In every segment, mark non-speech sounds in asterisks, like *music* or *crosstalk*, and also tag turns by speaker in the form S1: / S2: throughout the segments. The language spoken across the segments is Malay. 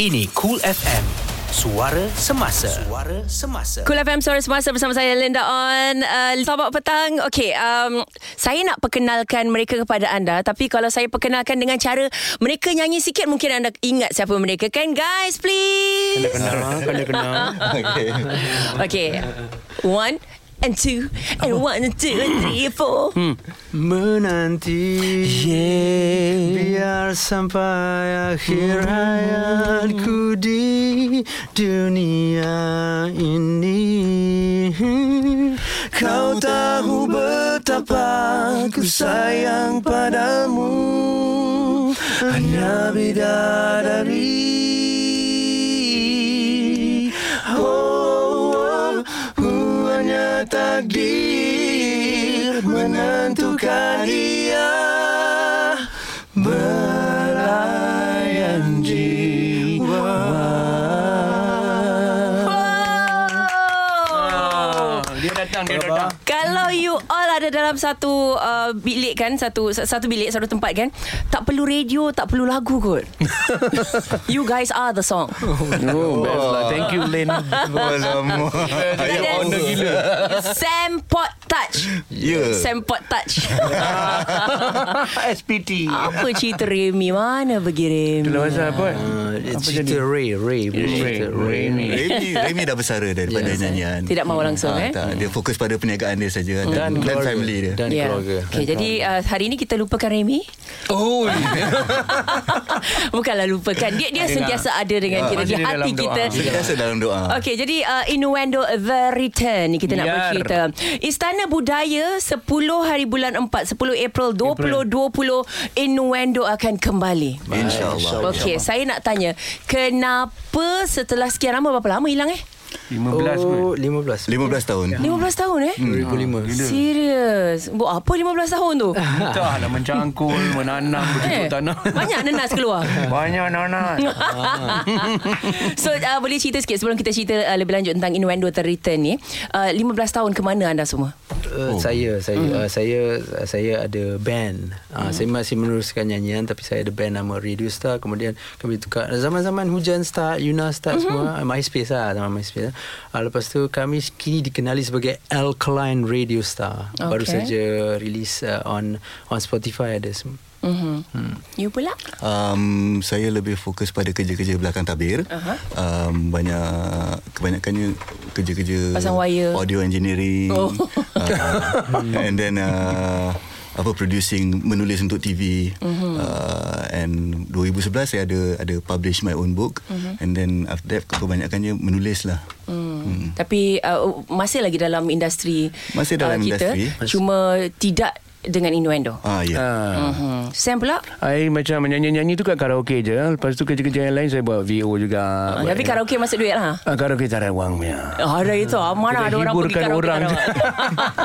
S1: Ini Cool FM. Suara semasa. Suara semasa.
S2: Cool FM Suara Semasa bersama saya Linda On uh, Selamat petang Okey um, Saya nak perkenalkan mereka kepada anda Tapi kalau saya perkenalkan dengan cara Mereka nyanyi sikit Mungkin anda ingat siapa mereka kan Guys please
S3: Kenal, Ah, kena *laughs* kenal.
S4: Okay.
S2: Okey One and two And one and two and three and four
S3: Hmm. Menanti yeah. Biar sampai akhir hayatku di dunia ini Kau tahu betapa ku sayang padamu Hanya bidadari Oh, oh, oh, hanya takdir menentukan dia belayan jiwa. Ah.
S2: Wow.
S4: Dia datang, dia datang.
S2: Kalau you all ada dalam satu uh, bilik kan satu satu bilik satu tempat kan tak perlu radio tak perlu lagu kot you guys are the song
S5: Oh, best lah. Thank you, Lin.
S4: Alamak.
S2: Kita
S4: Ayah
S2: dance.
S4: honor gila.
S2: Sempot touch
S4: Ya.
S2: Sempot touch *laughs*
S5: SPT.
S2: Apa cerita Remy Mana pergi Remy
S5: Dalam masa apa?
S3: Uh, cerita Ray, Ray, cerita Ray.
S4: Remy, Remy dah besar daripada yeah. nyanyian. Ah,
S2: Tidak mahu langsung, eh? Mm.
S4: Tak, dia fokus pada perniagaan dia saja dan, dan
S3: keluarga.
S4: family dia.
S3: Dan
S2: Ya.
S3: keluarga.
S2: Okay, jadi uh, hari ini kita lupakan Remy
S4: Oh,
S2: *laughs* Bukanlah lupakan Dia dia sentiasa ada dengan kita Di
S5: Ya,
S2: hati
S5: masih dia dalam doa.
S2: kita
S4: sentiasa dalam doa.
S2: Okey, jadi uh, Innuendo The Return ni kita nak
S5: Biar.
S2: bercerita. Istana Budaya 10 hari bulan 4, 10 April 2020 Innuendo akan kembali.
S4: InsyaAllah.
S2: Okey, saya nak tanya, kenapa setelah sekian lama berapa lama hilang eh?
S5: 15 kot.
S3: Oh, 15.
S4: 15 tahun.
S2: 15 tahun eh?
S3: 2005.
S2: Serius. Buat apa 15 tahun tu?
S5: Entahlah mencangkul, lah,
S2: *laughs*
S5: menanam,
S2: Eh,
S5: bercucuk tanah.
S2: banyak nenas
S5: *laughs*
S2: keluar. *laughs*
S5: Banyak anak-anak.
S2: so uh, boleh cerita sikit sebelum kita cerita uh, lebih lanjut tentang Innuendo The Return ni. Uh, 15 tahun ke mana anda semua?
S3: Uh, saya saya mm. uh, saya saya ada band. Uh, Saya masih meneruskan nyanyian tapi saya ada band nama Radio Star. Kemudian kami tukar zaman-zaman Hujan Start, Yuna Start mm-hmm. semua uh, MySpace lah zaman MySpace. Uh, lepas tu kami kini dikenali sebagai Alkaline Radio Star.
S2: Okay.
S3: Baru saja release uh, on on Spotify ada semua.
S2: Mm-hmm. Hmm. You pula?
S4: Um, saya lebih fokus pada kerja-kerja belakang tabir.
S2: Aha.
S4: Uh-huh. Um, banyak kebanyakannya kerja-kerja
S2: Pasang wire.
S4: audio engineering.
S2: Oh.
S4: *laughs* Uh, and then uh, apa producing menulis untuk TV.
S2: Mhm.
S4: Uh-huh. Uh, and 2011 saya ada ada publish my own book
S2: Mhm.
S4: uh-huh. and then after that kebanyakannya menulis lah.
S2: Hmm. Tapi uh, masih lagi dalam industri uh,
S4: Masih dalam
S2: kita,
S4: industri.
S2: Cuma tidak dengan innuendo.
S4: Ah ya. Yeah.
S5: Ah.
S2: Hmm. Sam pula?
S5: I macam menyanyi-nyanyi tu kat karaoke je. Lepas tu kerja-kerja yang lain saya buat VO juga.
S2: Ah,
S5: Buat-
S2: tapi karaoke masuk duit lah.
S5: Ah, karaoke tak ada wang punya.
S2: Ada itu. ah, Mana ada
S5: Kita
S2: orang pergi
S5: hiburkan
S2: karaoke
S5: orang
S2: tak *laughs*
S5: je.
S2: ada.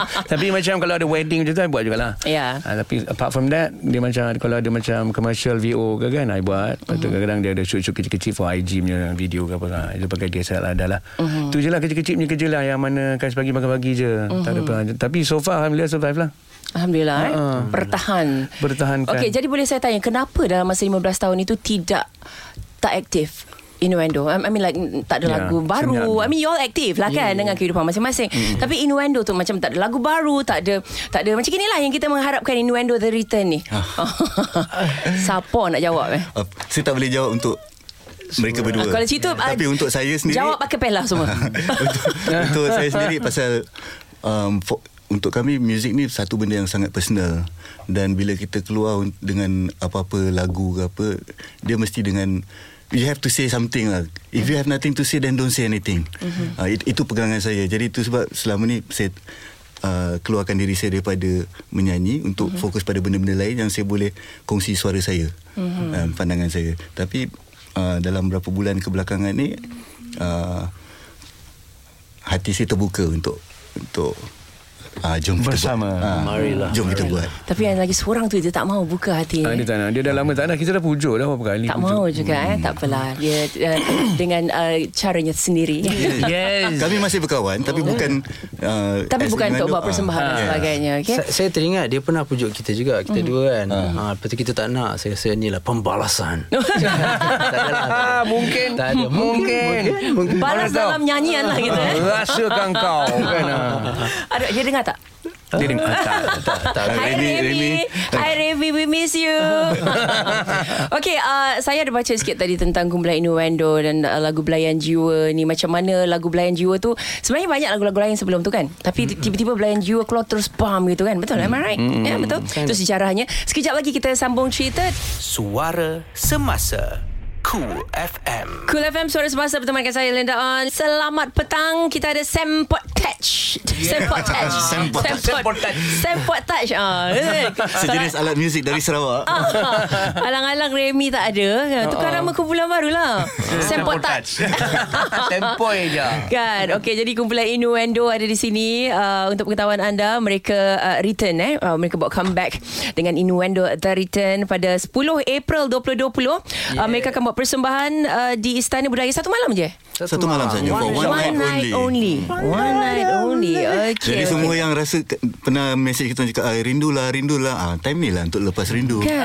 S5: *laughs* tapi macam kalau ada wedding macam tu I buat jugalah
S2: Ya.
S5: Ah, tapi apart from that dia macam kalau ada macam commercial VO ke kan I buat lepas
S2: Mhm.
S5: tu kadang-kadang dia ada shoot-shoot kecil-kecil for IG punya video ke apa Ah, itu pakai DSLR lah dah lah
S2: Mhm.
S5: uh-huh. tu je lah kecil-kecil punya kerja lah yang mana kan pagi makan pagi je
S2: Mhm.
S5: tak ada apa tapi so far Alhamdulillah survive lah
S2: Alhamdulillah eh.
S5: Ha-ha.
S2: Bertahan.
S5: Bertahankan.
S2: Okey, jadi boleh saya tanya kenapa dalam masa 15 tahun itu tidak tak aktif? Innuendo I I mean like mm, Tak ada
S5: Ya,
S2: lagu baru
S5: senyap.
S2: I mean you all active
S4: Ya,
S2: lah kan Dengan kehidupan masing-masing Tapi Innuendo tu Macam tak ada lagu baru Tak ada Tak ada Macam inilah yang kita mengharapkan Innuendo The Return ni
S4: Ah.
S2: *laughs* Siapa nak jawab eh
S4: Uh, saya tak boleh jawab untuk mereka berdua.
S2: Ah, kalau situ, ah,
S4: tapi untuk saya sendiri
S2: Jawab pakai pen lah semua
S4: *laughs* untuk, untuk saya sendiri pasal um, for, untuk kami muzik ni satu benda yang sangat personal dan bila kita keluar un- dengan apa-apa lagu ke apa dia mesti dengan you have to say something lah if you have nothing to say then don't say anything mm-hmm. uh, it, itu pegangan saya jadi itu sebab selama ni saya Uh, keluarkan diri saya daripada menyanyi untuk mm-hmm. fokus pada benda-benda lain yang saya boleh kongsi suara saya mm-hmm. um, pandangan saya tapi uh, dalam berapa bulan kebelakangan ni ah, uh, hati saya terbuka untuk untuk Ah, jom kita
S5: Bersama.
S4: Buat. Ah,
S3: Marilah.
S4: Jom kita buat.
S2: Tapi yang lagi seorang tu dia tak mau buka hati.
S5: Ah, dia tak nak. Dia dah lama tak nak. Kita dah pujuk dah berapa kali.
S2: Ya. tak
S5: pujuk.
S2: mau juga eh. Tak
S4: Hmm.
S2: apalah. Dia uh, *coughs* dengan uh, caranya sendiri.
S4: Ya.
S5: Yes.
S4: *laughs* Kami masih berkawan tapi bukan uh,
S2: Oh. Tapi
S4: as
S2: bukan untuk
S4: Fernando,
S2: buat
S4: ah.
S2: persembahan lah, dan
S4: Ah.
S2: sebagainya. Okay?
S3: Okay. Saya teringat dia pernah pujuk kita juga kita dua kan. Ha lepas tu kita tak nak. Saya rasa ni lah pembalasan. tak ada lah, tak ada.
S5: Mungkin.
S3: Tak ada.
S5: Mungkin.
S3: mungkin.
S2: Balas
S5: Mana tahu?
S2: dalam nyanyian lah
S5: *laughs*
S2: gitu
S4: *laughs*
S2: eh.
S5: Ah, Rasakan kau kan. ah.
S2: Ada, dia dengar tak?
S5: Dia dengar ah, tak.
S3: tak, tak.
S4: Ah,
S2: Hi Remy,
S4: Remy, Remy.
S2: Hi Remy, we miss you.
S4: *laughs*
S2: okay, uh, saya ada baca sikit tadi tentang Kumpulan Innuendo dan uh, lagu Belayan Jiwa ni. Macam mana lagu Belayan Jiwa tu, sebenarnya banyak lagu-lagu lain sebelum tu kan. Tapi tiba-tiba Belayan Jiwa keluar terus bam gitu kan. Betul, am I right? Ya, yeah, betul.
S4: Kan.
S2: Itu sejarahnya. Sekejap lagi kita sambung cerita
S1: Suara Semasa Cool FM
S2: Cool FM Suara Semasa bertemu dengan saya Linda On. Selamat petang. Kita ada Sam Pottage. Yeah. Sam Pottage.
S4: Sam Pottage.
S2: Sam Pottage. Sam Pottage. Ah.
S4: Sejenis alat muzik dari Sarawak.
S2: Ah, *laughs* Alang-alang Remy tak ada Tukar nama kumpulan baru lah Sam Pottage
S5: Tempoi je.
S2: Kan Okay jadi kumpulan Innuendo Ada di sini uh, Untuk pengetahuan anda Mereka uh, return eh uh, Mereka buat comeback Dengan Innuendo The Return Pada 10 April 2020 uh,
S3: Yeah.
S2: Mereka akan buat persembahan uh, Di Istana Budaya Satu malam je
S4: Satu malam saja for one, night, only.
S2: One night only. Okay.
S4: Jadi semua yang rasa ke- pernah message kita cakap ah, rindulah rindulah ah time ni lah untuk lepas rindu.
S2: Kan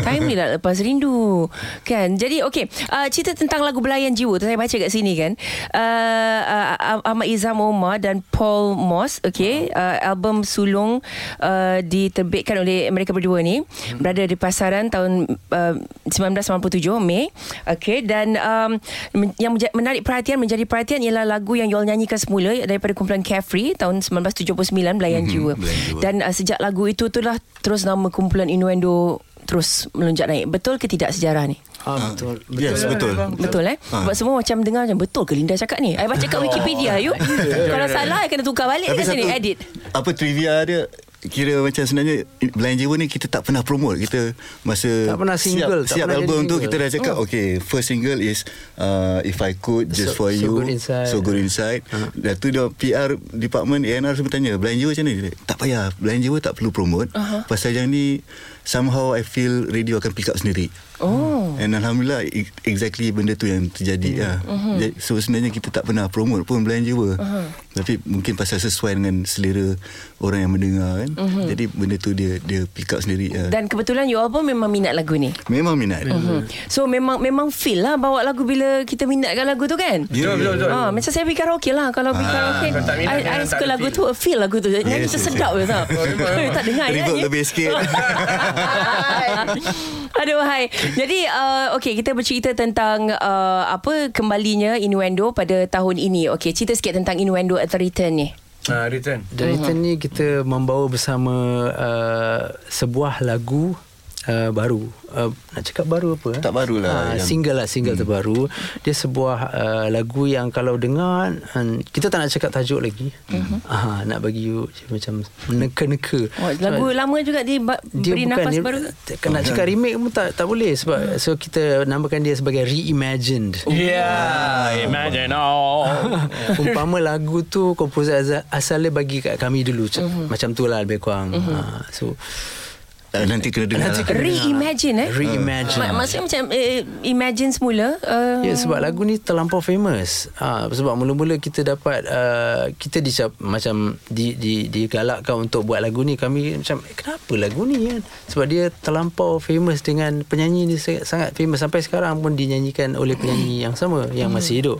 S2: Time ni lah lepas rindu Kan Jadi okay uh, Cerita tentang lagu Belayan Jiwa tu Saya baca kat sini kan uh, uh, Ahmad Izam Omar Dan Paul Moss Okay uh, Album Sulung uh, Diterbitkan oleh mereka berdua ni Berada di pasaran tahun uh, 1997 Mei Okay Dan um, men- Yang menja- menarik perhatian Menjadi perhatian Ialah lagu yang Yol nyanyikan semula Daripada kumpulan Carefree Tahun 1979 Belayan Jiwa
S4: Belayan Jiwa.
S2: Dan uh, sejak lagu itu tu lah Terus nama kumpulan Innuendo Terus melonjak naik Betul ke tidak sejarah ni?
S3: Ah, betul. betul.
S4: Yes, betul.
S2: Betul eh ha.
S4: Ha.
S2: Sebab semua macam dengar macam Betul ke Linda cakap ni I baca kat Wikipedia you Kalau salah I kena tukar balik Kat sini edit
S4: Apa trivia dia Kira macam sebenarnya Blind Jiwa ni Kita tak pernah promote Kita masa
S3: Tak pernah single, tak
S4: Siap, siap
S3: pernah jadi
S4: album tu
S3: single.
S4: Kita dah cakap oh. Okay first single is uh, If I Could
S3: So-
S4: Just For
S3: So
S4: You
S3: Good Inside.
S4: So Good Inside uh-huh. Dah tu dah PR Department A&R semua tanya Blind Jiwa macam ni Tak payah Blind Jiwa tak perlu promote uh-huh. Pasal yang ni Somehow I feel Radio akan pick up sendiri
S2: Oh
S4: And Alhamdulillah e- Exactly benda tu yang terjadi
S3: Hmm.
S4: lah. Ja- So sebenarnya kita tak pernah promote pun Belayan Jiwa
S3: Hmm.
S4: Tapi mungkin pasal sesuai dengan selera Orang yang mendengar kan
S3: Hmm.
S4: Jadi benda tu dia dia pick up sendiri lah.
S2: Dan kebetulan you all pun memang minat lagu ni
S4: Memang minat
S2: hmm. So memang memang feel lah Bawa lagu bila kita minatkan lagu tu kan
S4: Dia-
S5: Ya, Betul, betul, betul.
S2: Ah, macam saya pergi karaoke lah Kalau pergi karaoke
S5: kalau tak minat,
S2: I,
S5: memang
S2: I
S5: tak
S2: suka
S5: ada
S2: lagu
S5: feel.
S2: tu Feel lagu tu Nyanyi
S4: Yes,
S2: tu
S4: yes,
S2: sedap je tau Tak dengar ya,
S4: Reverb
S2: ya.
S4: lebih sikit
S2: *laughs* Aduh hai. Jadi uh, okey kita bercerita tentang uh, apa kembalinya Innuendo pada tahun ini. Okey cerita sikit tentang Innuendo at the Return ni.
S5: Ah, return.
S3: Dan return ni kita membawa bersama uh, sebuah lagu uh, baru. Uh, nak cakap baru apa? eh?
S4: Tak baru lah,
S3: Ah,
S4: yang- Hmm.
S3: single lah, single terbaru. Dia sebuah uh, lagu yang kalau dengar um, kita tak nak cakap tajuk lagi.
S4: Hmm.
S3: Ah, nak bagi you macam neka-neka.
S2: Oh, lagu
S3: Sebab-
S2: lama juga dia, ba-
S3: dia
S2: beri
S3: bukan
S2: nafas
S3: dia,
S2: baru.
S3: tak- Nak
S4: Oh.
S3: cakap remake pun tak tak boleh sebab so kita namakan dia sebagai reimagined.
S4: Ah,
S5: Yeah, imagine all.
S3: *laughs* Umpama lagu tu komposer asal, asalnya bagi kat kami dulu.
S2: Mhm.
S3: Mm-hmm. Macam tu lah lebih kurang. Mm-hmm. Ha, so
S4: Ah, Nanti kena dengar
S3: Nanti
S4: lah.
S3: kena-
S2: Reimagine eh.
S3: reimagine.
S2: Mak- maksudnya macam eh, imagine semula. Uh,
S3: Ya
S2: *laughs*
S3: sebab lagu ni terlampau famous. Ha, sebab mula-mula kita dapat uh, kita dicap, macam di, di digalakkan untuk buat lagu ni kami macam eh, kenapa lagu ni kan? Sebab dia terlampau famous dengan penyanyi ni sangat, sangat famous sampai sekarang pun dinyanyikan oleh penyanyi yang sama yang masih hidup.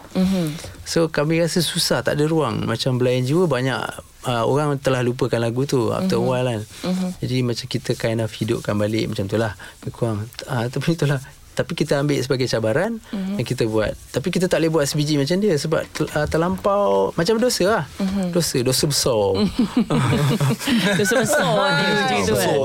S3: So kami rasa susah tak ada ruang macam Belayan Jiwa banyak uh, orang telah lupakan lagu tu after a while kan. Jadi macam kita kind of hidupkan balik macam tu lah. Lebih Kurang uh, tapi itulah tapi kita ambil sebagai cabaran
S2: Mhm.
S3: mm-hmm. yang kita buat tapi kita tak boleh buat sebiji macam dia sebab tel- uh, terlampau macam dosa lah mm-hmm.
S2: Mhm.
S3: dosa dosa
S2: *laughs*
S3: besar
S2: Dosa besar dia macam itu kan.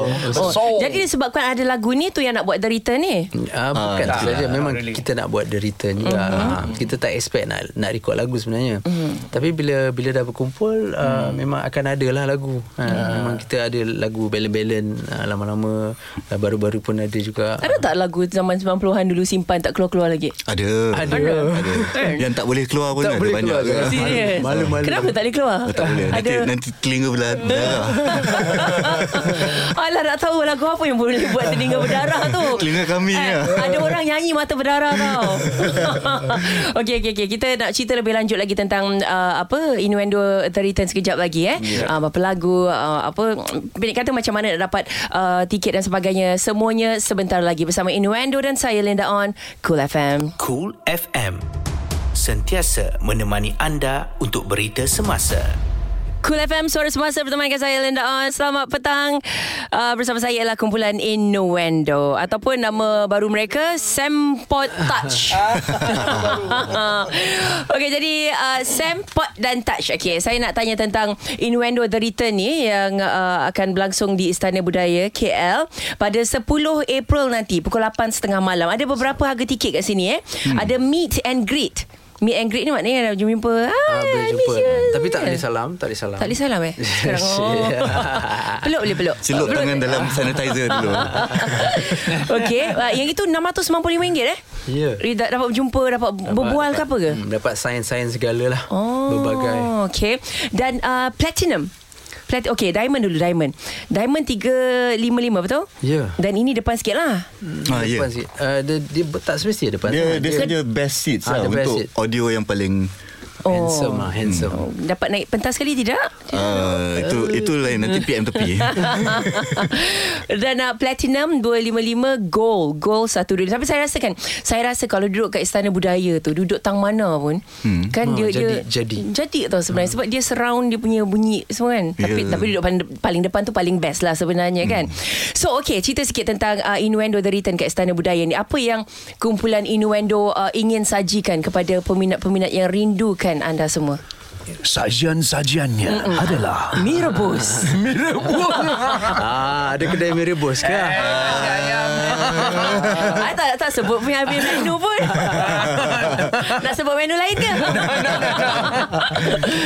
S2: Oh, jadi disebabkan ada lagu ni tu yang nak buat The Return ni.
S3: uh, bukan
S4: tak,
S3: tu saja
S5: Ah, tak
S3: memang
S5: really.
S3: kita nak buat the return juga
S2: Mhm.
S3: mm-hmm. kita tak expect nak nak record lagu sebenarnya mm-hmm. tapi bila bila dah
S2: Mhm.
S3: berkumpul uh, mm. memang akan ada lah lagu uh,
S2: Ya.
S3: memang kita ada lagu balance-balance uh, lama-lama uh, ah, baru-baru pun ada juga
S2: Ada tak lagu zaman 90 80-an dulu simpan tak keluar-keluar lagi?
S4: Ada. Ada. ada. Yang tak boleh keluar pun
S3: Tak
S4: ada
S3: boleh
S4: banyak.
S3: keluar.
S4: juga.
S2: Serius?
S3: Malu-malu.
S2: Kenapa tak boleh keluar?
S4: Oh, tak boleh. Nanti,
S2: Ada.
S4: nanti telinga
S3: *laughs*
S4: berla- berdarah.
S2: *laughs* Alah nak tahu lagu apa yang boleh buat telinga berdarah tu.
S4: Telinga kami
S2: Eh,
S4: ya.
S2: Ada orang nyanyi mata berdarah tau. *laughs* okey okey okey kita nak cerita lebih lanjut lagi tentang uh, apa innuendo return sekejap lagi eh.
S4: Ya.
S2: Yeah. Uh, apa lagu uh, apa pendek kata macam mana nak dapat uh, tiket dan sebagainya semuanya sebentar lagi bersama innuendo dan saya Linda on Cool FM.
S1: Cool FM. Sentiasa menemani anda untuk berita semasa.
S2: Cool FM Suara Semasa berteman dengan saya Linda On Selamat petang uh, Bersama saya ialah kumpulan Innuendo Ataupun nama baru mereka Sampot Touch *laughs* Okay jadi uh, Sampot dan Touch Okay saya nak tanya tentang Innuendo The Return ni Yang uh, akan berlangsung di Istana Budaya KL Pada 10 April nanti Pukul 8.30 malam Ada beberapa harga tiket kat sini eh hmm. Ada meet and greet Meet and greet ni maknanya dah jumpa
S3: Ah,
S2: Hai,
S3: boleh
S2: I
S3: jumpa.
S2: miss you.
S3: Tapi tak boleh salam, tak boleh salam.
S2: Tak boleh
S3: *laughs*
S2: salam eh Sekarang oh.
S3: Yeah.
S2: *laughs* Peluk boleh peluk
S4: Celup tangan dalam sanitizer
S3: *laughs*
S4: dulu.
S2: *laughs* Okey uh, Yang itu RM695 eh
S3: Ya.
S2: Ri- da- Dapat berjumpa Dapat, berbual ke apa ke
S3: Hmm, dapat sains-sains segala lah.
S2: Oh
S3: Berbagai.
S2: Okey Dan uh, platinum Plat okay, diamond dulu, diamond. Diamond 355, betul?
S3: Ya.
S2: Dan ini depan sikit lah.
S4: ha, ya.
S3: Depan sikit. Uh, dia, dia ber- tak semestinya depan.
S4: Dia
S3: sangat.
S4: dia saja best seats
S3: Ah, the
S4: lah
S3: best
S4: untuk
S3: seat.
S4: audio yang paling
S3: handsome
S4: Oh.
S3: lah, handsome.
S4: Hmm.
S2: Dapat naik pentas sekali tidak?
S4: uh, itu itu lain nanti PM
S5: *laughs*
S4: tepi.
S2: *laughs* Dan uh, platinum 255 gold gold satu dulu tapi saya rasakan saya rasa kalau duduk kat istana budaya tu duduk tang mana pun hmm. kan
S3: Ha,
S2: dia
S3: jadi-
S2: dia
S3: jadi.
S2: jadi tau sebenarnya sebab dia surround dia punya bunyi semua kan yeah. tapi
S4: Ya.
S2: tapi duduk paling, paling depan tu paling best lah sebenarnya hmm. kan so okay cerita sikit tentang uh, Innuendo The Return kat istana budaya ni apa yang kumpulan Innuendo uh, ingin sajikan kepada peminat-peminat yang rindukan anda semua
S5: Sajian-sajiannya Mm-mm. adalah
S2: mie rebus *laughs*
S5: mie rebus.
S3: Ah, ada kedai mie rebus ke?
S4: Eh.
S2: Ah, tak, tak sebut punya habis menu
S3: *laughs*
S2: pun Nak sebut menu lain ke?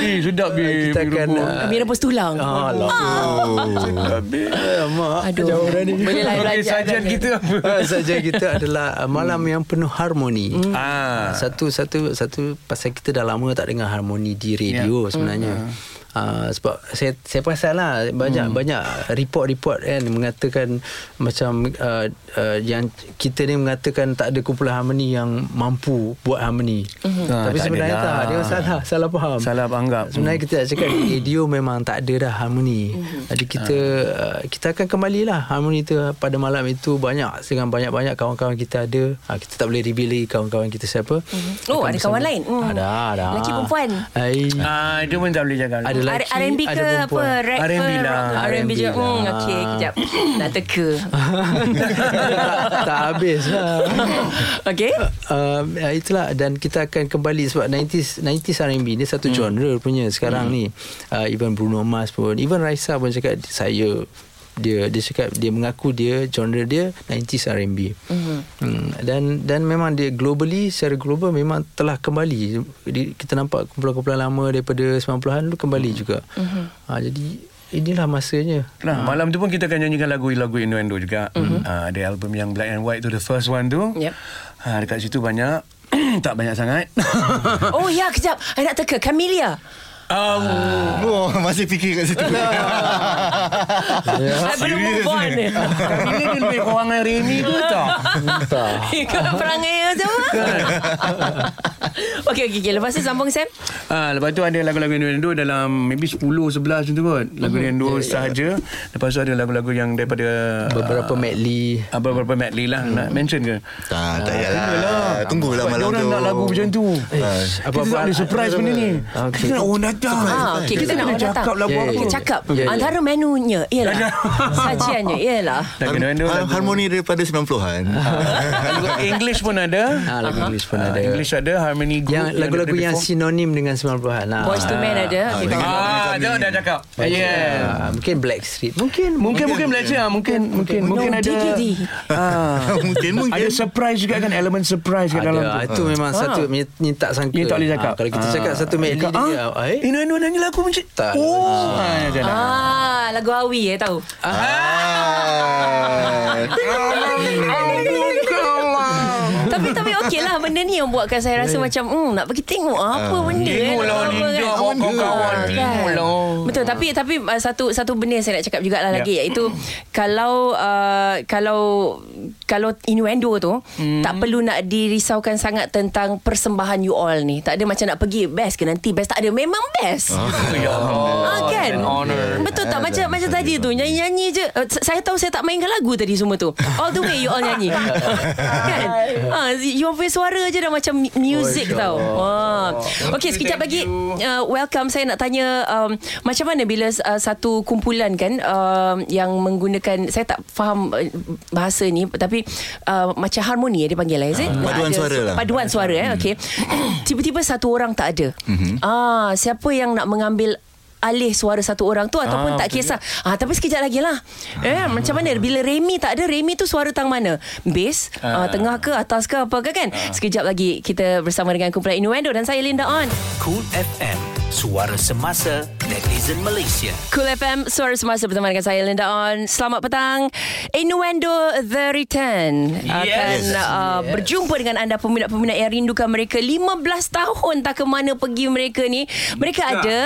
S5: Eh, sedap bi.
S3: Kita akan uh,
S2: Mie rebus tulang
S3: ah, lah.
S5: Oh.
S3: Mak,
S2: Aduh.
S3: jauh dah ni.
S2: Boleh lah
S5: Okey,
S2: belajar kan?
S5: sajian kita
S3: *laughs*
S5: apa? Hmm.
S3: Ah, Saja kita adalah ah, malam yang penuh harmoni.
S5: Ah.
S3: Satu satu satu pasal kita dah lama tak dengar harmoni di radio yeah.
S5: Ya.
S3: sebenarnya.
S5: Hmm,
S3: Uh, sebab saya saya perasan lah banyak hmm. banyak report-report kan mengatakan macam uh, uh, yang kita ni mengatakan tak ada kumpulan harmoni yang mampu buat harmoni. Hmm.
S5: Ah,
S3: Tapi
S5: tak
S3: sebenarnya
S5: ada
S3: tak,
S5: lah.
S3: dia salah Ah, salah faham.
S5: Salah anggap. Hmm.
S3: Sebenarnya kita nak cakap radio memang tak ada dah harmoni.
S2: Hmm.
S3: Jadi kita
S5: Ah.
S3: uh, kita akan kembalilah harmoni tu pada malam itu banyak dengan banyak-banyak kawan-kawan kita ada. Uh, kita tak boleh reveal lagi kawan-kawan kita siapa.
S2: Oh,
S3: Akan
S2: ada kawan
S3: bersama. Ah,
S2: lain? Hmm.
S3: Ada, ada.
S2: Lelaki, perempuan?
S5: *laughs*
S3: Ai.
S5: Ah, itu pun tak boleh jaga.
S3: Ada lelaki,
S2: R&B
S3: ada
S2: ke apa
S3: perempuan.
S2: rap ke,
S5: R&B lah.
S2: rock ke? R&B je
S3: R&B
S2: hmm,
S3: lah.
S2: Okay
S3: *laughs*
S2: kejap Nak teka
S3: tak, tak habis
S2: *laughs*
S3: lah.
S2: Okay
S3: uh, itulah dan kita akan kembali sebab 90s 90s R&B ni satu hmm. genre punya sekarang hmm. ni uh, even Bruno Mars pun even Raisa pun cakap saya dia dia cakap dia mengaku dia genre dia 90s R&B. Hmm. Hmm. Dan dan memang dia globally secara global memang telah kembali Di- kita nampak kumpulan-kumpulan lama daripada 90-an dulu kembali juga. Hmm. Uh, jadi inilah masanya.
S5: Nah, malam tu pun kita akan nyanyikan lagu-lagu Innuendo juga. Mm-hmm.
S3: Mhm.
S5: Uh, ada album yang Black and White tu, the first one tu.
S2: Yep.
S5: Uh, dekat situ banyak. *clears throat* tak banyak
S3: *laughs*
S5: sangat.
S2: Oh ya kejap I nak teka Camelia
S5: um,
S4: oh, masih fikir kat situ.
S5: Ah,
S3: Ya.
S2: I belum move on
S5: Kami ni dia lebih orang yang Remy tu
S3: *laughs*
S5: tak?
S2: *laughs* Ikut perangai yang macam Okay okay okay Lepas tu sambung Sam
S5: Ah, lepas tu ada lagu-lagu Innuendo dalam maybe 10, 11 macam tu kot.
S3: Mhm.
S5: Lagu
S3: Ya,
S5: Innuendo sahaja. Lepas tu ada lagu-lagu yang daripada...
S3: Beberapa Mhm. medley
S5: Uh, beberapa medley lah. Nak mention ke?
S4: tak,
S5: ah,
S4: tak payahlah. Tunggulah
S5: Sebab
S4: malam tu.
S5: diorang nak lagu macam tu. Eh,
S4: Ah.
S5: Kita tak boleh surprise benda ni. Kita nak oh, orang datang.
S2: Ah, okay, kita nak orang datang.
S5: cakap lagu
S3: Yeah,
S5: apa.
S2: Kita cakap Antara menunya Ialah Sajiannya Ialah
S5: Lagu ha. Innuendo.
S4: Har-
S5: lagu- Ah,
S4: harmoni daripada Ah, 90-an.
S5: Lagu English pun ada.
S3: Ah, lagu English pun
S5: Ah,
S3: ada.
S5: English ada. Harmony Group.
S3: yang lagu-lagu yang
S5: ada
S3: sinonim dengan 90-an. Ah.
S2: Boys to Men ada
S4: Ah,
S2: okay,
S4: dengan-
S5: Ah, dah dah cakap. Yeah.
S3: Ah, mungkin Black Street. Mungkin
S5: Mungkin mungkin belajar mungkin mungkin mungkin
S2: No
S5: ada
S2: diggity.
S5: Ah.
S4: *laughs* mungkin mungkin.
S5: Ada surprise juga kan elemen surprise kat dalam
S3: ada. Itu
S5: tu.
S3: memang
S2: Ha.
S3: satu ni, ni tak sangka.
S5: Yang tak boleh cakap.
S3: Ah, kalau kita cakap satu medley
S5: ah,
S3: dia ah,
S5: *laughs*
S3: eh.
S5: Ini Anu nyanyi lagu macam
S3: Tak.
S5: Oh. Ah, dah, dah.
S2: Ah, lagu Awi eh
S5: Ah.
S2: tahu.
S4: Ah.
S5: Oh, Allah, Allah.
S2: *laughs* okey lah benda ni yang buatkan saya rasa macam hmm, nak pergi tengok ah, apa
S4: Ah.
S2: benda
S5: Tengok
S2: eh,
S5: lah,
S2: nak apa
S5: Linda,
S2: kan.
S5: awak kawan-kawan,
S2: Kan?
S5: tengok lah.
S2: Betul tapi tapi uh, satu satu benda yang saya nak cakap jugalah
S5: Ya.
S2: lagi iaitu kalau uh, kalau kalau innuendo tu tak perlu nak dirisaukan sangat tentang persembahan you all ni. Tak ada macam nak pergi best ke nanti best tak ada memang best.
S5: Ya Allah.
S2: Ah, kan
S5: An honor.
S2: Betul tak
S4: Ah,
S2: Macam
S4: dah.
S2: macam tadi tu Nyanyi-nyanyi je Eh, s- Saya tahu saya tak mainkan lagu tadi semua tu All the way you all
S5: *laughs*
S2: nyanyi Kan ah, You all punya suara je dah macam mu- music
S3: Masya
S2: tau ah. Okay
S5: Thank
S2: sekejap lagi
S5: you.
S2: uh, Welcome Saya nak tanya um, Macam mana bila uh, satu kumpulan kan um, Yang menggunakan Saya tak faham uh, bahasa ni Tapi uh, Macam harmoni eh, dia panggil lah is it?
S4: Paduan
S2: Ada-
S4: suara lah.
S2: Paduan suara eh okay. Tiba-tiba satu orang tak ada ah, Siapa yang nak mengambil alih suara satu orang tu ataupun ah,
S5: Ah,
S2: tak
S5: betul
S2: kisah. Ah tapi sekejap lagi lah. Eh macam mana bila Remy tak ada Remy tu suara tang mana? Bass, ah.
S5: Ah.
S2: tengah ke atas ke apa ke kan? Sekejap lagi kita bersama dengan kumpulan Innuendo dan saya Linda On.
S1: Cool FM, suara semasa netizen Malaysia.
S2: Cool FM Suara Semasa bersama dengan saya Linda On. Selamat petang. Innuendo The Return akan
S5: Yes.
S2: uh, berjumpa dengan anda peminat-peminat yang rindukan mereka 15 tahun tak ke mana pergi mereka ni. Mereka
S5: Ya.
S2: ada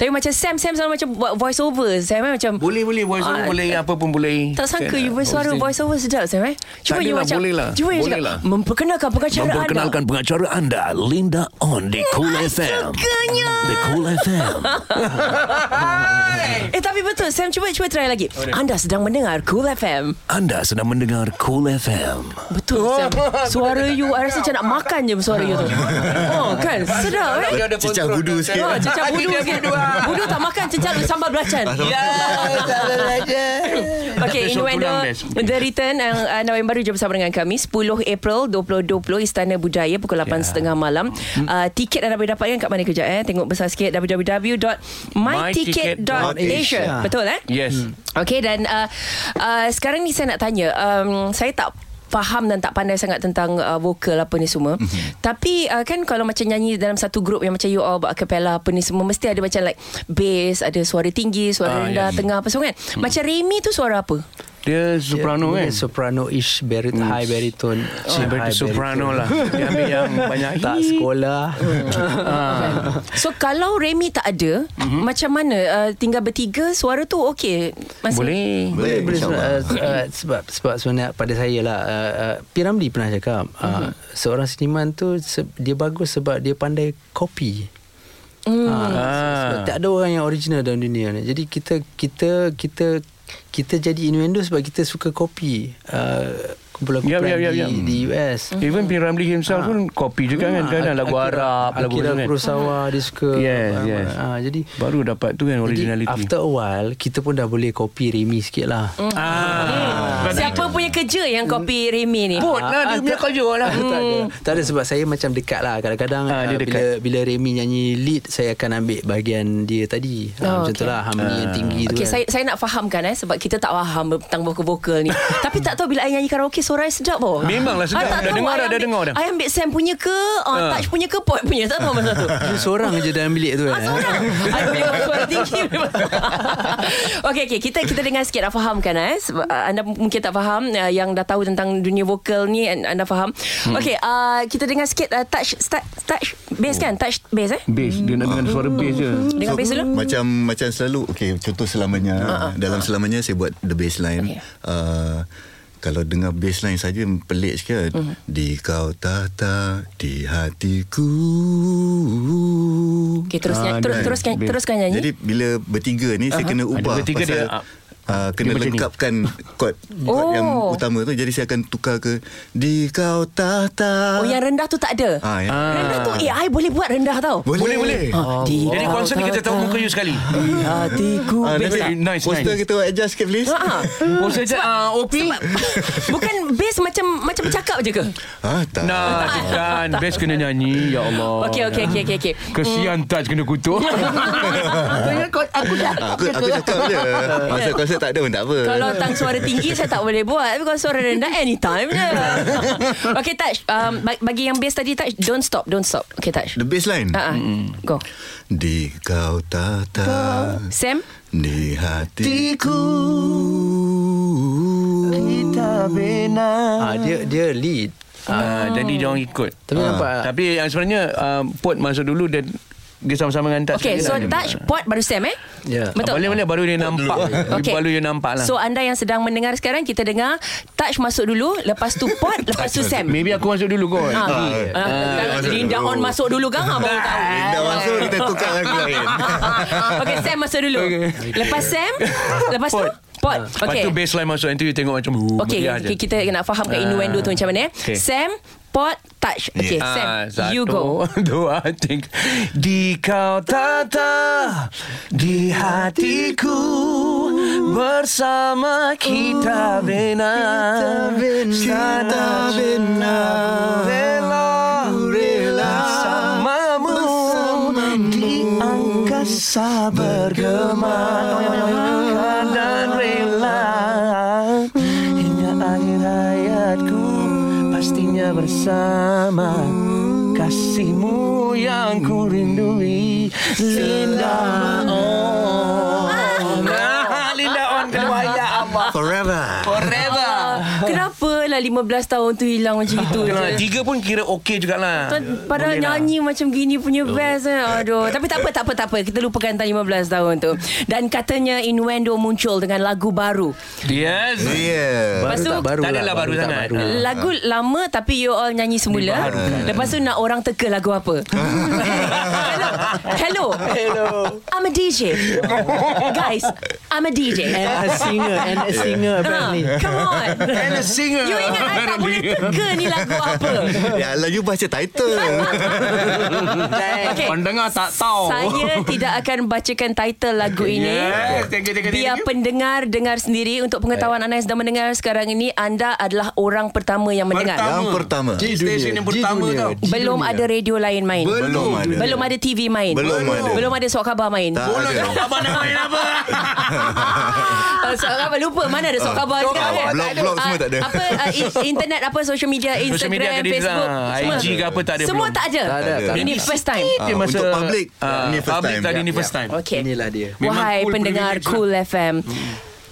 S2: tapi macam Sam Sam selalu macam buat voice over. Saya macam
S5: Boleh boleh voice
S2: Ah,
S5: over boleh apa pun boleh.
S2: Tak sangka
S5: Saya
S2: you
S5: nak
S2: bersuara
S5: hosting.
S2: voice over sedap Sam eh. Cuba you
S5: Tak adalah,
S2: macam
S5: boleh lah.
S2: Cuba you
S5: Boleh
S2: cakap
S5: lah.
S2: memperkenalkan pengacara anda.
S6: Memperkenalkan pengacara anda Linda On di Cool FM
S2: Sukanya.
S6: The Cool FM
S2: Eh tapi betul Sam cuba cuba try lagi. Anda sedang mendengar Cool FM.
S6: Anda sedang mendengar Cool FM
S2: *laughs* Betul Sam. Suara you I rasa macam nak makan je suara you tu. Oh kan sedap eh.
S5: Dia ada
S4: Cicah
S5: kontrol
S4: budu
S5: kan?
S4: sikit.
S2: Oh, cecah budu
S5: Dia
S2: sikit.
S5: budu, ah.
S2: Budu tak makan cecah sambal belacan. Okay,
S5: Besok
S2: Innuendo
S5: tulang best.
S2: The Return yang uh, Nawain baru je bersama dengan kami 10 April 2020 Istana Budaya pukul 8.30 malam uh, Tiket anda boleh dapatkan kat mana kejap eh Tengok besar sikit www.myticket.asia
S3: myticket.asia.
S2: Betul eh?
S5: Yes.
S2: Okay dan uh, uh, sekarang ni saya nak tanya um, saya tak faham dan tak pandai sangat tentang uh, vokal apa ni semua.
S5: Mhm.
S2: Mm-hmm. Tapi uh, kan kalau macam nyanyi dalam satu grup yang macam you all buat acapella apa ni semua mesti ada macam like bass, ada suara tinggi, suara uh,
S5: Ah, Hmm.
S2: rendah,
S5: yes.
S2: tengah apa semua kan. Mm. Macam Remy tu suara
S5: *laughs*
S2: apa?
S5: Dia soprano
S3: Dia
S5: kan.
S3: Soprano-ish barit, hmm. High baritone
S5: Si
S3: high *laughs*
S5: soprano
S3: baritone.
S5: lah. Hmm. Dia ambil yang banyak Ah.
S3: Tak sekolah
S2: So kalau Remy tak ada,
S5: Mhm.
S2: mm-hmm. macam mana uh, tinggal bertiga suara tu okey. Masih
S5: Boleh. Ah,
S4: Boleh,
S3: Boleh, boleh
S4: insyaAllah.
S3: sebenarnya, uh, uh, sebab sebab sebenarnya pada saya lah uh, uh, P Ramlee pernah cakap uh,
S5: Mhm.
S3: seorang seniman tu se- dia bagus sebab dia pandai copy. Mm.
S5: Ah.
S3: sebab tak ada orang yang original dalam dunia ni. Jadi kita kita kita kita jadi innuendo sebab kita suka copy uh, kumpulan-kumpulan
S5: Yup, yup, yup, yup.
S3: di, di US.
S5: Even P. Ramlee himself pun copy juga kan kadang lagu Arab, lagu
S3: Hmm. Ah, Akira
S5: tu kan.
S3: Kurosawa dia suka.
S5: Yes,
S3: Ah,
S5: yes.
S3: ah, jadi
S5: Baru dapat tu kan
S3: jadi
S5: originality.
S3: after a while kita pun dah boleh copy Remy sikit lah.
S5: Hmm. Ah.
S2: Siapa punya kerja yang kopi Remy ni?
S5: Put lah dia punya kerja lah.
S3: Ah, tak ada. Tak ada sebab saya macam dekat lah kadang-kadang ah,
S5: Ah, dia
S3: bila
S5: dekat.
S3: bila Remy nyanyi lead saya akan ambil bahagian dia tadi.
S2: Oh,
S3: Ah,
S2: okay.
S3: macam tu lah harmoni yang tinggi tu.
S2: Okay,
S3: kan.
S2: saya, saya nak fahamkan eh sebab kita tak faham tentang vokal-vokal ni.
S5: *laughs*
S2: Tapi tak tahu bila I nyanyi karaoke suara I sedap Ah, boh.
S5: Memanglah sedap. Dah dengar dah, dah dengar Ah. dah.
S2: I ambil Sam punya ke, uh, touch punya ke, pot punya. Tak tahu masa
S5: *laughs*
S2: tu.
S3: You seorang je dalam bilik tu
S2: Ah,
S3: kan.
S2: seorang. I boleh buat suara
S5: *laughs*
S2: tinggi. okay, okay. Kita kita dengar sikit dah fahamkan eh. Sebab, uh, anda mungkin tak faham. Uh, yang dah tahu tentang dunia vokal ni, an- anda faham.
S5: Hmm.
S2: Okay, uh, kita dengar sikit uh, touch, start, touch bass kan? Touch bass eh?
S5: Bass Dia nak dengan suara bass je
S3: Hmm.
S2: Dengar bass dulu. Ha,
S4: Macam macam selalu okay, Contoh selamanya uh-huh. Dalam selamanya Saya buat the baseline
S2: Okay.
S4: okay. uh, Kalau dengar baseline saja Pelik sikit
S2: Mhm.
S4: uh-huh. Di kau tata Di hatiku
S2: Okay, terus,
S5: Ah,
S2: nyanyi, terus,
S5: dia-
S2: teruskan,
S5: bass.
S2: teruskan nyanyi.
S4: Jadi bila bertiga ni Saya kena ubah
S5: bertiga
S4: pasal,
S5: dia, ah,
S4: Uh, kena
S5: dia macam ni.
S4: lengkapkan chord, chord
S2: Oh.
S4: yang utama tu Jadi saya akan tukar ke Di kau tata
S2: Oh yang rendah tu tak ada
S4: Ah, ya.
S5: Ah.
S2: Rendah tu AI boleh buat rendah tau
S5: Boleh boleh
S2: Ah,
S5: Oh,
S2: di-
S5: Jadi konsert ni kita tahu muka you sekali
S2: Di Hatiku
S4: Ah,
S2: bass
S4: nanti
S2: tak?
S5: Nice,
S4: poster
S5: nice.
S4: kita adjust sikit please
S2: Ah, ah.
S5: Oh saya cakap ah, OP
S2: *laughs* Bukan bass macam Macam bercakap je ke
S4: Ah, tak.
S5: Nah kan Bass kena nyanyi Ya Allah
S2: Okey, okey, okey, Hmm.
S5: *laughs*
S2: okey, okey.
S5: Kesian touch kena kutuk
S2: Aku dah
S4: Ah, Aku, aku cakap je Masa konsert tak ada pun tak apa
S2: Kalau tang suara tinggi Saya tak boleh buat Tapi kalau suara rendah Anytime
S5: *laughs*
S2: je Okay touch um, ba- Bagi yang bass tadi touch Don't stop Don't stop Okay touch
S4: The baseline
S2: Ah, ah. Go
S4: Di kau tata
S2: Sam
S4: Di hatiku
S3: Ah, dia dia lead.
S5: Ah, Jadi dia orang ikut. Ah.
S3: Tapi nampak tak?
S5: Tapi yang sebenarnya uh, Port masa dulu dia dia sama-sama dengan Touch.
S2: Okay,
S5: je
S2: so
S5: lah.
S2: touch pot baru Sam eh?
S3: Ya.
S2: Betul.
S5: Boleh-boleh baru dia nampak.
S2: Okey.
S5: Baru dia nampak lah.
S2: So anda yang sedang mendengar sekarang Kita dengar Touch masuk dulu Lepas tu pot
S4: *laughs*
S2: Lepas tu Sam
S5: Maybe aku masuk dulu kot.
S2: Ha.
S5: Ha.
S2: Ha. Kalau
S4: masuk
S2: Linda
S4: dulu.
S2: on masuk dulu kan ha, baru tahu.
S4: Ah, Linda
S2: *laughs*
S4: masuk, kita tukar dengan aku lain.
S2: Okey Sam masuk dulu. Lepas Sam, lepas tu pot.
S5: Ah, Lepas
S2: Okey.
S5: tu baseline masuk Itu you tengok macam uh,
S2: Okey,
S5: meriah je.
S2: ki- kita nak fahamkan innuendo tu macam mana eh.
S5: Ah, Okey.
S2: Sam, pot, touch. Okey, Sam,
S5: Ah,
S2: you go.
S5: *laughs* Dua, tiga. Di kau tata di hatiku bersama kita bina sana bina rela rela bersamamu di angkasa bergema dan rela hingga akhir hayatku pastinya bersama kasihmu yang ku rindui Linda on Ah, Linda on kedua ya Allah
S4: Forever.
S5: forever
S2: Ah, Kenapa lah 15 tahun tu hilang macam itu
S5: Nah,
S2: je?
S5: tiga pun kira okey jugalah
S2: Tuan,
S5: lah.
S2: Padahal nyanyi macam gini punya best eh. Aduh. Tapi tak apa, tak apa, tak apa. Kita lupakan tahun 15 tahun tu. Dan katanya innuendo muncul dengan lagu baru.
S5: Yes
S4: Yeah.
S2: Lepas tu,
S3: tak baru
S5: tak
S3: lah.
S5: adalah baru
S3: tak
S5: sangat.
S3: baru.
S2: Lagu lama tapi you all nyanyi semula. Lepas tu nak orang teka lagu
S5: *laughs*
S2: apa. Hello. Hello. Hello. I'm a DJ. Guys, I'm a
S5: *laughs*
S2: DJ.
S3: And a singer, and a singer apparently.
S2: Ah, come on.
S5: Ah, And a singer.
S2: You ingat I tak boleh teka ni lagu apa?
S4: Ya Allah, you baca title.
S2: Okay.
S5: Pendengar tak tahu
S2: Saya tidak akan bacakan title lagu ini.
S5: Yes, thank you, thank you, thank
S2: Biar
S5: you.
S2: pendengar dengar sendiri. Untuk
S4: Eh.
S2: pengetahuan anda yang sedang mendengar sekarang ini, anda adalah orang pertama yang mendengar.
S4: Yang pertama.
S5: Stesen yang pertama tau
S2: Belum ada radio lain main.
S4: Ya. Belum ada.
S2: Belum ada TV main.
S4: Belum ada.
S2: Belum ada surat khabar main.
S4: Tak
S5: Bola
S4: ada.
S5: kau abang nak main apa
S2: *laughs* Ah, surat khabar lupa mana ada
S4: Ah,
S2: surat khabar sekarang
S4: khabar.
S2: kan?
S4: Blog-
S2: Tak ada.
S4: blog semua
S2: Ah,
S4: tak ada.
S2: Apa ah, in- internet apa social media Instagram,
S5: Social media ada
S2: Facebook,
S5: lah
S2: semua.
S5: IG ke apa tak ada
S2: semua
S5: belum.
S2: tak ada.
S3: Tak ada, tak ada.
S2: Ini first time.
S4: Ah, untuk public, uh,
S5: ah,
S4: ni first
S5: Public
S4: time.
S5: tadi ni
S4: Ya,
S5: first time
S2: Okey.
S3: Inilah dia.
S5: Memang
S2: Wahai
S5: cool
S2: pendengar
S5: privilege lah. Hmm.
S2: Cool FM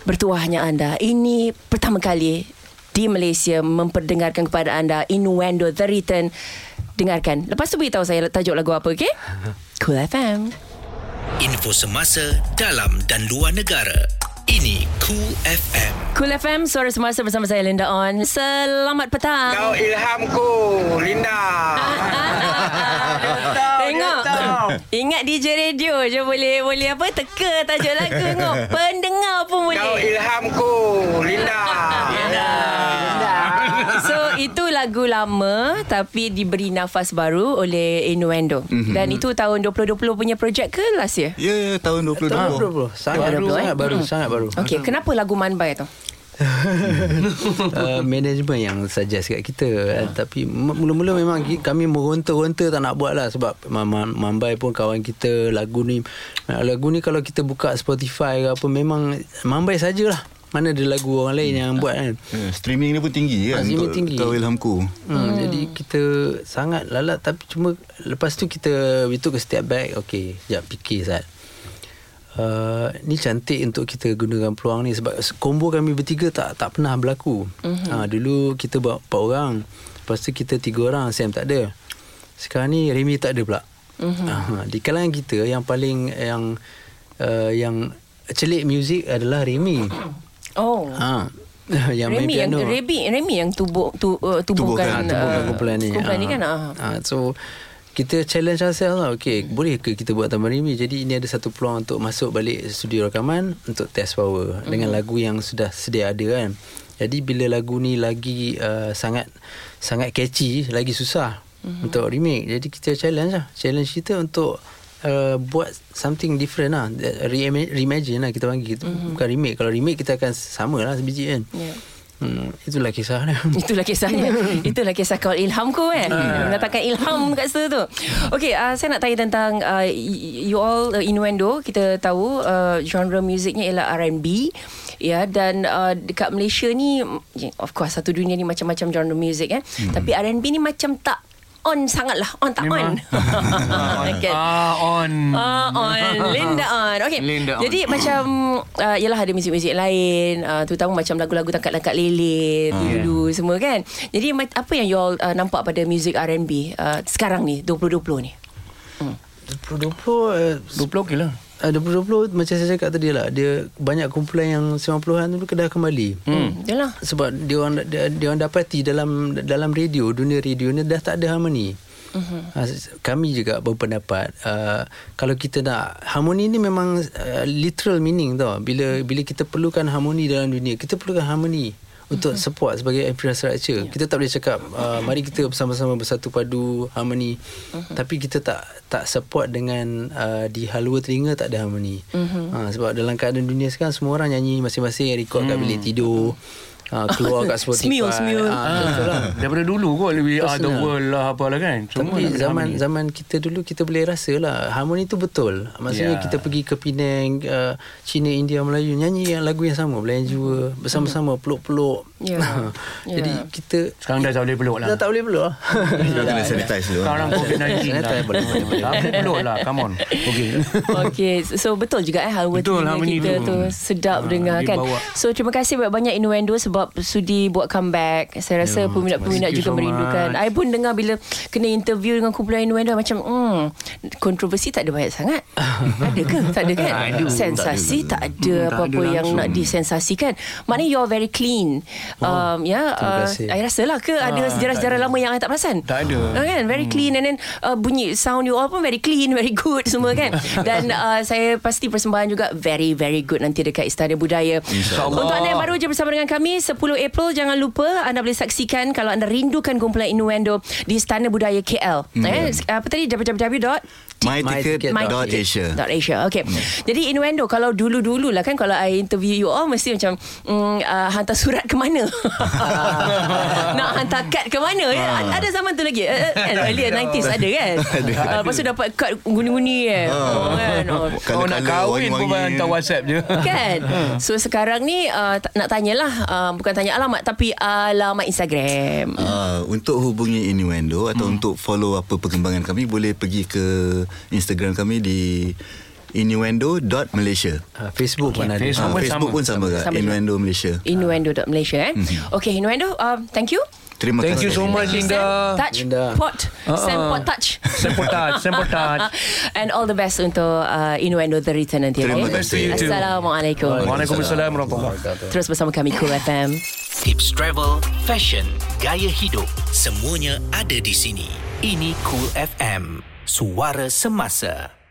S2: Bertuahnya anda Ini pertama kali Di Malaysia Memperdengarkan kepada anda Innuendo The Return Dengarkan Lepas tu beritahu saya Tajuk lagu apa
S5: *laughs*
S2: okay? Cool FM
S1: Info semasa dalam dan luar negara. Ini Cool FM.
S2: Cool FM Suara Semasa bersama saya Linda On Selamat petang
S7: Kau ilhamku, Linda.
S2: Tengok Ingat DJ radio je Boleh boleh apa Teka tajuk lagu Tengok
S3: *laughs*
S2: Pendengar pun
S7: Kau
S2: boleh
S7: ilhamku, Linda.
S2: So itu lagu lama tapi diberi nafas baru oleh Innuendo.
S3: Mhm.
S2: Mm-hmm. Dan itu tahun 2020 punya projek ke last year?
S4: Ya, ya, tahun 2020.
S3: Baru, sangat
S2: Baru,
S3: baru,
S2: eh?
S3: sangat baru,
S2: Mm.
S3: sangat baru. Hmm.
S2: Okey, kenapa lagu Manbai tu?
S3: *laughs* uh, management yang suggest kat kita uh, tapi m- mula-mula memang ki- kami meronta-ronta tak nak buat lah sebab Ma- Ma- Mambai pun kawan kita lagu ni lagu ni kalau kita buka Spotify ke apa memang Mambai sajalah mana ada lagu orang lain yang buat kan
S4: Ya, Streaming ni pun tinggi kan
S3: Streaming
S4: untuk
S3: tinggi.
S4: Kau ilhamku.
S3: Hmm, hmm. Jadi kita sangat lalat Tapi cuma lepas tu kita Itu ke step back Okay Sekejap fikir Zat Uh, ni cantik untuk kita gunakan peluang ni sebab combo kami bertiga tak tak pernah berlaku.
S2: Mhm.
S3: Mm-hmm. Ha, dulu kita buat empat orang. Lepas tu kita tiga orang, Sam tak ada. Sekarang ni Remy tak ada pula.
S2: Mhm.
S3: Mm-hmm. Ha, di kalangan kita yang paling yang uh, yang celik muzik
S2: *coughs*
S3: adalah Remy.
S2: Oh.
S3: Ha. *laughs* yang main
S2: Remy yang
S3: piano.
S2: Remy, Remy yang tubuh tu, uh, tubuhkan,
S4: Tubuhkan,
S3: Bukan
S2: uh,
S3: kumpulan ni
S2: Kumpulan ni kan.
S3: Ah.
S2: Uh.
S3: Ah, So kita challenge ourselves lah Okay boleh ke kita buat tambah Rimi Jadi ini ada satu peluang untuk masuk balik studio rekaman Untuk test power
S2: Mhm.
S3: mm. Dengan lagu yang sudah sedia ada kan Jadi bila lagu ni lagi uh, sangat sangat catchy Lagi susah
S2: Mhm.
S3: mm-hmm. untuk remake Jadi kita challenge lah Challenge kita untuk uh, buat something different lah Re- Reimagine lah kita panggil
S2: Mhm.
S3: mm-hmm. Bukan remake Kalau remake kita akan sama lah sebiji kan
S2: Yeah.
S3: hmm, Itulah kisah dia
S2: *laughs* Itulah
S5: *laughs*
S2: kisahnya Itulah kisah kau ilhamku
S5: Ah.
S2: kan Mendatangkan ilham kat situ tu Okay uh, saya nak tanya tentang uh, y- You all uh, Innuendo Kita tahu uh, Genre muziknya ialah R&B Ya dan uh, dekat ya, eh.
S5: Hmm.
S2: Malaysia ni mm, Of course satu dunia ni macam-macam genre muzik kan Tapi R&B ni macam tak on sangatlah. On tak on.
S5: Memang.
S2: *laughs*
S5: *laughs*
S2: okay.
S5: Ah, on.
S2: Ah, on Linda on Okay
S5: Linda on.
S2: Jadi macam uh, Yelah ada muzik-muzik lain uh, Terutama macam lagu-lagu Tangkat-tangkat lele tu Dulu semua kan Jadi ma- apa yang you all uh, Nampak pada muzik R&B uh, Sekarang ni 2020 ni
S3: 2020 uh,
S5: 20 okey lah.
S3: Uh, 2020 macam saya cakap tadi lah Dia banyak kumpulan yang 90-an dulu dah kembali
S2: hmm. Yalah
S3: Sebab dia orang dia, dia orang dapati dalam dalam radio Dunia radio ni dah tak ada harmoni uh-huh. Kami juga berpendapat uh, Kalau kita nak Harmoni ni memang uh, literal meaning tau Bila bila kita perlukan harmoni dalam dunia Kita perlukan harmoni untuk support sebagai infrastructure. Kita tak boleh cakap uh, mari kita bersama-sama bersatu padu harmoni. Tapi kita tak tak support dengan uh, di halua telinga tak ada harmoni. Ha, sebab dalam keadaan dunia sekarang semua orang nyanyi masing-masing record kat bilik tidur. Uh, keluar kat Spotify.
S2: Semiul, semiul.
S3: Ah, betul lah.
S5: Daripada dulu kot lebih ah, the
S3: Personal.
S5: world lah apa lah kan. Semua
S3: Tapi
S5: nak
S3: zaman
S5: harmoni.
S3: zaman kita dulu kita boleh rasa lah harmoni tu betul. Maksudnya
S5: Ya.
S3: yeah. kita pergi ke Penang, uh, Cina, India, Melayu nyanyi yang lagu yang sama, Belayan Jua bersama-sama peluk-peluk.
S2: Hmm. Ya.
S3: *laughs* Jadi
S2: Ya.
S3: kita
S5: Sekarang dah tak boleh peluk lah.
S3: dah tak boleh
S5: *laughs*
S3: peluk.
S4: Kita kena sanitize dulu
S5: Sekarang COVID-19 lah.
S3: Sanitize boleh, boleh, boleh.
S5: Tak boleh peluk lah. Come on. Okey.
S2: *laughs* Okay So betul juga eh Hawa
S5: Betul,
S2: telinga
S5: harmony
S2: kita
S5: tu.
S2: tu Sedap
S5: Ha,
S2: ha, dengar
S5: dia
S2: kan
S5: bawa.
S2: So terima kasih banyak-banyak Innuendo Sebab sudi buat comeback Saya rasa
S5: Ya,
S2: peminat-peminat
S5: thank you
S2: juga
S5: so
S2: merindukan
S5: much.
S2: I pun dengar bila Kena interview dengan kumpulan Innuendo Macam hmm, Kontroversi tak ada banyak
S5: *laughs*
S2: sangat Ada ke? Tak ada kan?
S5: Aduh,
S2: Sensasi tak
S5: Hmm,
S2: ada
S5: tak
S2: Apa-apa
S5: ada
S2: yang
S5: langsung. Oh,
S2: nak disensasikan Maknanya you're very clean um, Ya
S3: terima
S2: yeah,
S3: kasih.
S2: uh, I rasalah ke Ada sejarah-sejarah lama yang I tak perasan
S5: Ah, Tak ada. Hmm.
S2: Ah, kan very clean and then uh, bunyi sound you all pun very clean *laughs* very good semua
S5: *laughs*
S2: kan dan uh, saya pasti persembahan juga very very good nanti dekat Istana Budaya
S5: InsyaAllah.
S2: untuk anda yang baru je bersama dengan kami 10 April jangan lupa anda boleh saksikan kalau anda rindukan kumpulan Innuendo di Istana Budaya KL
S5: Hmm.
S2: eh, apa tadi www.
S4: myticket.asia
S2: Dot Asia. Hmm. Okay. Jadi innuendo kalau dulu-dulu lah kan kalau I interview you all mesti macam mm, uh, hantar surat ke mana? *laughs* Nak hantar kad ke mana? Ya, ada zaman tu lagi. Uh, kan? Earlier 90s *laughs* ada kan? Uh, lepas tu dapat kad guni-guni eh. Oh, kan? Oh.
S5: Oh nak kahwin pun
S4: wangi-wangi.
S5: hantar WhatsApp je.
S2: Kan So sekarang ni uh, ta- Nak tanyalah uh, Bukan tanya alamat Tapi alamat Instagram
S4: Uh, untuk hubungi Innuendo atau hmm. untuk follow apa perkembangan kami boleh pergi ke Instagram kami di innuendo.malaysia.
S3: Ah, Facebook pun ada.
S5: Facebook.
S4: Ah,
S5: pun
S4: Facebook pun
S5: Eh, sama.
S4: sama, sama,
S2: Sama juga.
S4: Innuendo Malaysia.
S2: Innuendo.malaysia eh Okay Innuendo uh, Thank you
S4: Terima
S5: Thank
S4: kasih.
S5: you so much Ah, Linda.
S2: Touch
S3: Linda.
S2: Pot
S5: Uh-uh.
S2: Send pot touch *laughs*
S5: Sempotat, sempotat.
S3: *laughs*
S2: And all the best untuk uh, Innuendo The Return nanti.
S4: Terima
S2: okay?
S4: kasih.
S5: You too.
S2: Assalamualaikum.
S5: Waalaikumsalam warahmatullahi wabarakatuh.
S2: Terus bersama kami Cool FM.
S1: Tips travel, fashion, gaya hidup, semuanya ada di sini. Ini Cool FM, suara semasa.